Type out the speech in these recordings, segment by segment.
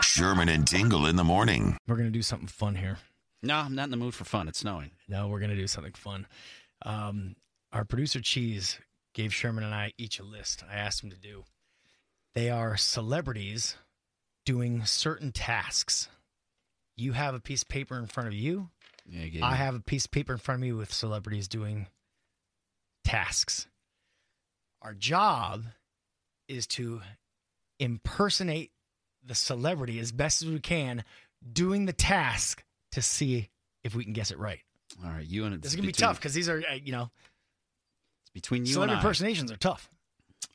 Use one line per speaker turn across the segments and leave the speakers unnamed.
Sherman and Tingle in the morning.
We're gonna do something fun here.
No, I'm not in the mood for fun. It's snowing.
No, we're gonna do something fun. Um, our producer Cheese gave Sherman and I each a list. I asked him to do. They are celebrities doing certain tasks. You have a piece of paper in front of you.
Yeah, gave
I
me-
have a piece of paper in front of me with celebrities doing tasks. Our job is to impersonate the celebrity as best as we can, doing the task to see if we can guess it right.
All right, you and
This is gonna be tough because these are, uh, you know,
It's between you
celebrity
and I.
impersonations are tough.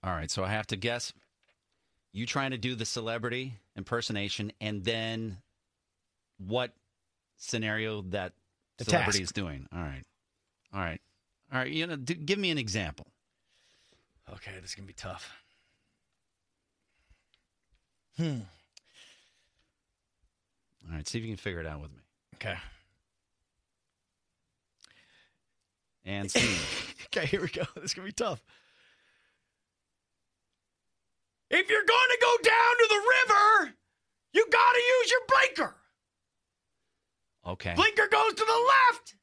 All right, so I have to guess. You trying to do the celebrity impersonation, and then what scenario that
The
celebrity
task.
is doing? All right, all right, all right. You know, d- give me an example.
Okay, this is gonna be tough. Hmm.
All right, see if you can figure it out with me.
Okay.
And scene.
Okay, here we go. This is gonna be tough. If you're gonna go down to the river, you gotta use your blinker.
okay,
Blinker goes to the left.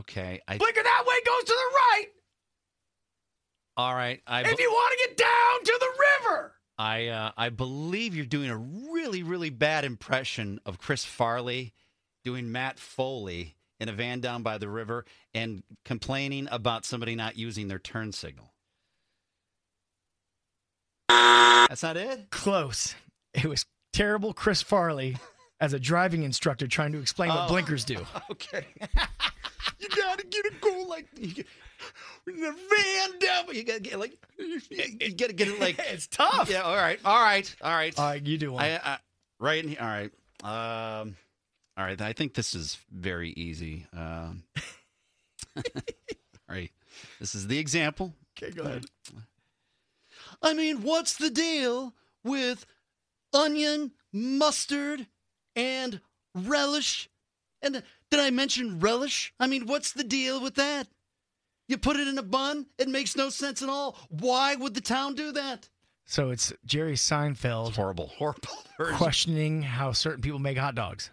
okay. I,
Blinker that way goes to the right.
all right, I,
If
be-
you want to get down to the river.
I, uh, I believe you're doing a really, really bad impression of Chris Farley doing Matt Foley in a van down by the river and complaining about somebody not using their turn signal. That's not it.
Close. It was terrible. Chris Farley, as a driving instructor, trying to explain
Oh.
what blinkers do.
Okay. you gotta get it cool like you in the van down. but You gotta get like you gotta get it like
it's tough.
Yeah. All right. All right. All right.
All right, you do one.
I, I right in here. All right. Um, all right. I think this is very easy. Um, all right. This is the example.
okay, go ahead.
I mean, what's the deal with onion, mustard, and relish? And did I mention relish? I mean, what's the deal with that? You put it in a bun, it makes no sense at all. Why would the town do that?
So it's Jerry Seinfeld
Horrible, horrible version.
questioning how certain people make hot dogs.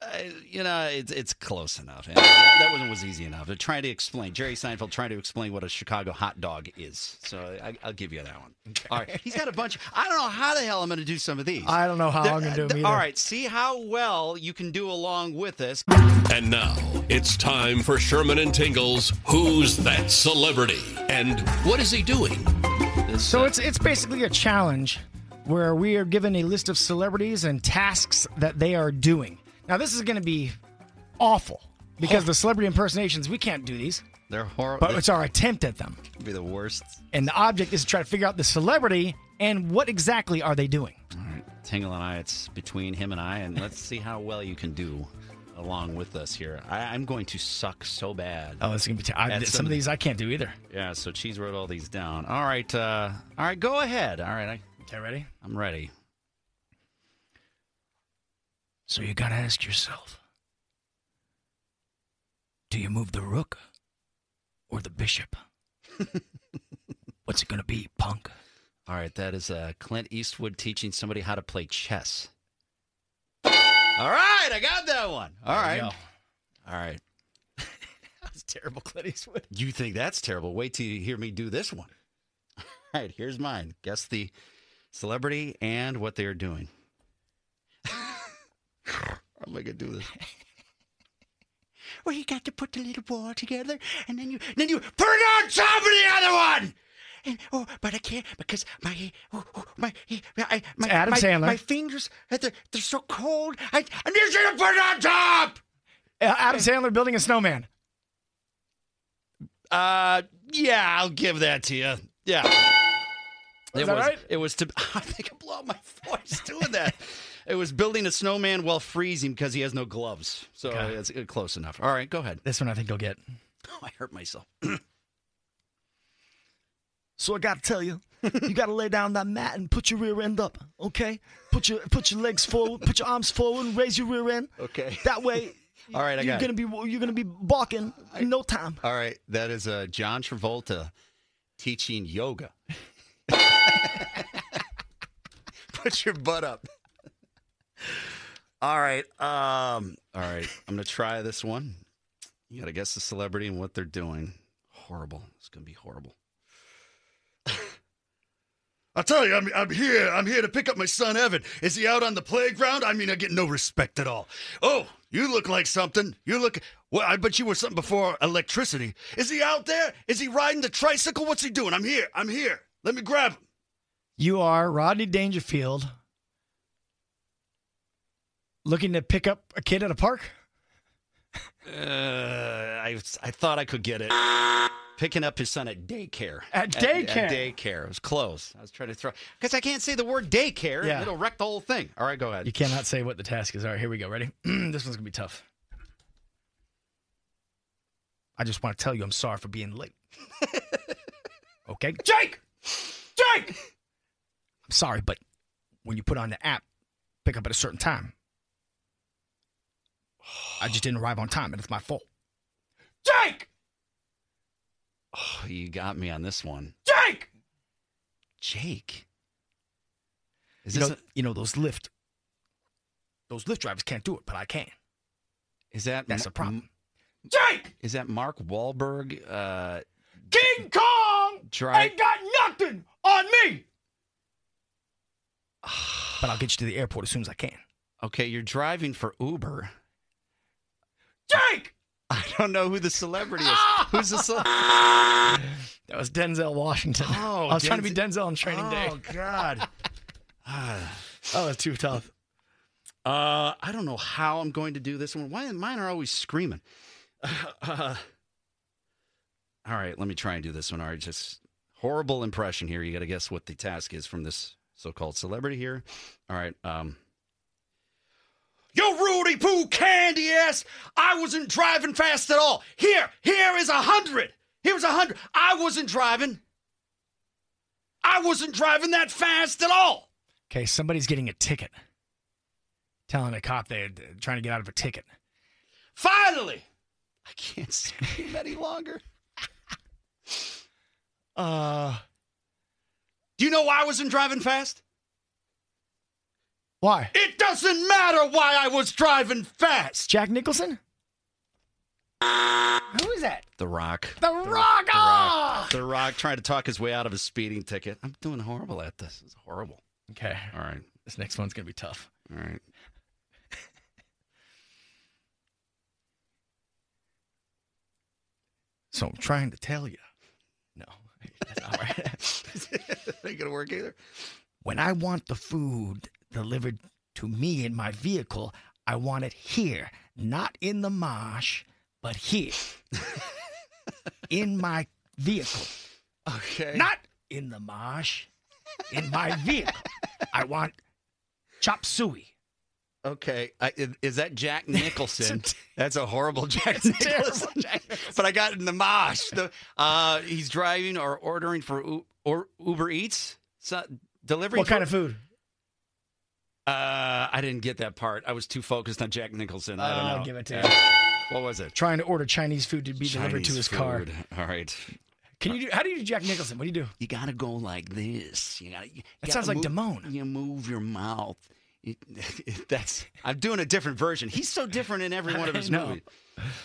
I- Uh, you know, it's it's close enough. And that, that one was easy enough. They're trying to explain. Jerry Seinfeld trying to explain what a Chicago hot dog is. So I, I'll give you that one. All right, he's got a bunch. I don't know how the hell I'm going to do some of these.
I don't know how
They're-
I'm gonna do them either.
they're- All right, see how well you can do along with this.
And now it's time for Sherman and Tingle's Who's That Celebrity? And what is he doing?
This,
So
uh,
it's it's basically a challenge where we are given a list of celebrities and tasks that they are doing. Now this is going to be awful because the celebrity impersonations we can't do these,
they're horrible.
but it's our attempt at them.
This could be the worst.
And the object is to try to figure out the celebrity and what exactly are they doing.
All right, Tingle and I. It's between him and I, and let's see how well you can do along with us here. I, I'm going to suck so bad.
Oh, this is going to be t- I,
That's
some of
some-
these I can't do either.
Yeah, so Cheese wrote all these down. All right, uh, all right, go ahead. All right, I,
Okay, ready?
I'm ready.
So you got to ask yourself, do you move the rook or the bishop? What's it going to be, punk?
All right, that is uh, Clint Eastwood teaching somebody how to play chess. All right, I got that one. All right, all right.
That's terrible, Clint Eastwood.
You think that's terrible? Wait till you hear me do this one. All right, here's mine. Guess the celebrity and what they are doing. I'm gonna do this. well, you got to put the little ball together, and then you then you put it on top of the other one. And oh, but I can't because my oh, oh, my I, my
Adam
my,
Sandler.
My fingers they're, they're so cold. I I need you to put it on top.
Adam Sandler building a snowman.
Uh, yeah, I'll give that to you. Yeah. it
that
was,
right?
It was to. I think I blew out my voice doing that. it was building a snowman while freezing because he has no gloves. So
Got it.
it's uh, close enough. All right, go ahead.
This one I think you'll get.
Oh, I hurt myself.
So I gotta tell you, you gotta lay down that mat and put your rear end up, okay? Put your put your legs forward, put your arms forward, and raise your rear end.
Okay.
That way,
All right, I
you're
got
gonna
it.
be you're gonna be balking in no time.
All right, that is uh, John Travolta teaching yoga. Put your butt up.
All right. Um. All right. I'm gonna try this one. You gotta guess the celebrity and what they're doing. Horrible. It's gonna be horrible. I tell you, I'm, I'm here. I'm here to pick up my son Evan. Is he out on the playground? I mean, I get no respect at all. Oh, you look like something. You look. Well, I bet you were something before electricity. Is he out there? Is he riding the tricycle? What's he doing? I'm here. I'm here. Let me grab him.
You are Rodney Dangerfield looking to pick up a kid at a park?
Uh, I, I thought I could get it. Picking up his son at daycare.
At
At,
daycare.
daycare. It was close. I was trying to throw because I can't say the word daycare.
Yeah.
It'll wreck the whole thing. All right, go ahead.
You cannot say what the task is. All right, here we go. Ready? this one's gonna be tough. I just want to tell you I'm sorry for being late. okay? Jake! Jake! I'm sorry, but when you put on the app, pick up at a certain time. I just didn't arrive on time, and it's my fault. Jake!
Oh, you got me on this one.
Jake!
Jake. Is
You
this
know,
a-
you know those Lyft, those Lyft drivers can't do it, but I can.
is that
That's
Ma-
a problem. Jake
Is that Mark Wahlberg? Uh,
King Kong
Drive-
got nothing on me. but I'll get you to the airport as soon as I can.
okay, you're driving for Uber.
Jake,
I don't know who the celebrity is. Who's the celebrity?
that was Denzel Washington.
Oh,
I was trying to be
Denzel-
Denzel in Training Day.
Oh God. Oh,
That was too tough.
Uh, I don't know how I'm going to do this one. Why mine are always screaming? Uh, all right, let me try and do this one. All right, just horrible impression here. You got to guess what the task is from this so-called celebrity here. All right, um. Yo, Rudy Poo Candy ass! I wasn't driving fast at all. Here, here is a hundred. Here's a hundred. I wasn't driving. I wasn't driving that fast at all.
Okay, somebody's getting a ticket. Telling a cop they're trying to get out of a ticket.
Finally, I can't scream any longer.
Uh,
Do you know why I wasn't driving fast?
why?
It doesn't matter why I was driving fast.
Jack Nicholson? Who is that?
The Rock.
The Rock.
The
ah!
Rock. The Rock trying to talk his way out of a speeding ticket. I'm doing horrible at this. It's horrible.
Okay,
All right.
this next one's gonna be tough.
All right.
So I'm trying to tell you. No, that's not right.
Ain't gonna work either.
when I want the food delivered to me in my vehicle, I want it here, not in the marsh, but here in my vehicle.
Okay.
Not in the marsh, in my vehicle. I want chop suey.
okay. I, is- is that Jack Nicholson?
It's a-
That's a horrible Jack
a terrible
Nicholson. but I got in the mosh. The, uh, he's driving or ordering for U- or Uber Eats so, delivery. for-
food?
Uh, I didn't get that part. I was too focused on Jack Nicholson. I don't
I'll
know.
Oh, give it to
Yeah. What was it?
Trying to order Chinese food to be delivered to
Chinese
his car.
food. All right.
Can you do, how do you do Jack Nicholson? What do you do?
You gotta go like this. You gotta. You
That
gotta
sounds like
move-
Damone.
You move your mouth. It- that's. I'm doing a different version. He's so different in every one of
I
his
know.
movies.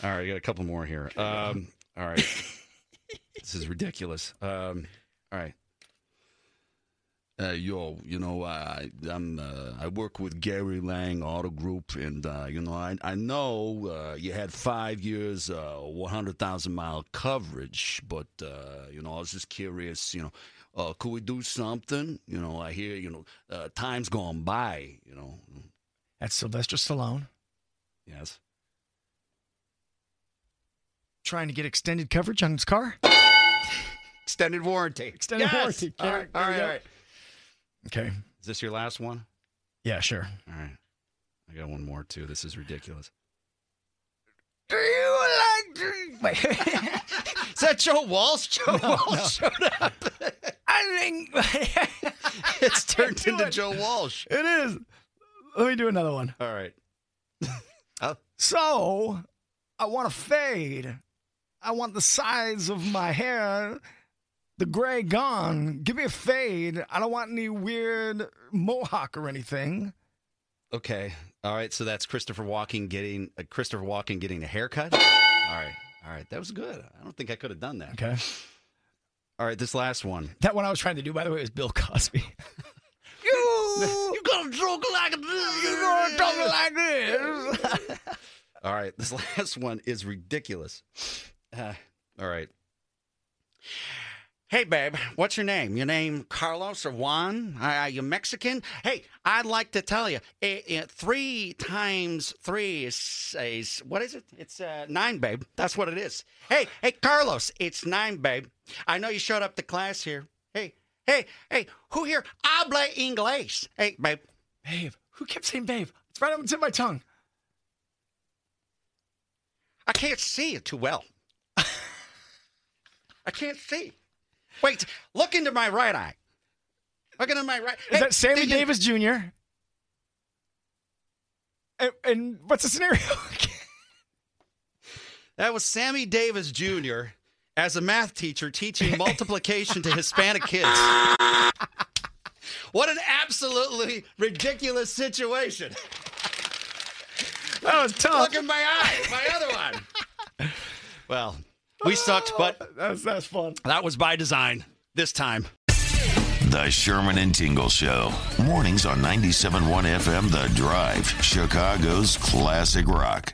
All right, I got a couple more here. Um, all right. this is ridiculous. Um, all right.
Uh, yo, you know, I I- I'm uh, I work with Gary Lang Auto Group, and uh, you know, I I know uh, you had five years, uh, one hundred thousand mile coverage, but uh, you know, I was just curious, you know. Uh, could we do something? You know, I hear you know uh, time's gone by. You know,
That's Sylvester Stallone.
Yes.
Trying to get extended coverage on his car?
Extended warranty.
Extended warranty.
All
There-
right.
there
All
we
right.
go.
All right.
Okay.
Is this your last one?
Yeah, sure.
All right. I got one more too. This is ridiculous. Do you like to
Wait.
Is that Joe Walsh? Joe Walsh showed up.
I think
It's turned
Do
into
it.
Joe Walsh.
it is. Let me do another one.
All right.
So, I want to fade. I want the sides of my hair, the gray gone. Give me a fade. I don't want any weird mohawk or anything.
Okay. All right. So that's Christopher Walken getting uh, Christopher Walken getting a haircut. All right. All right. That was good. I don't think I could have done that.
Okay.
All right. This last one.
That one I was trying to do, by the way, was Bill Cosby.
You gonna joke like this? You gonna joke like this? all right. This last one is ridiculous. Uh, all right. Hey, babe, what's your name? Your name Carlos or Juan? Are you Mexican? Hey, I'd like to tell you, eh, eh, three times three is, is what is it? It's uh, nine, babe. That's what it is. Hey, hey, Carlos, it's nine, babe. I know you showed up to class here. Hey, hey, hey, who here habla inglés? Hey, babe.
Babe. Who kept saying babe? It's right on the tip of my tongue.
I can't see you too well. I can't see. Wait, look into my right eye. Look into my right.
Is that Sammy
do you-
Davis Jr.? And, and what's the scenario?
That was Sammy Davis Jr. as a math teacher teaching multiplication to Hispanic kids. what an absolutely ridiculous situation.
that was tough.
Look at my eye, my other one. Well, we sucked, but
That was, that was fun.
that was by design this time.
The Sherman and Tingle Show. Mornings on 97.1 FM The Drive, Chicago's classic rock.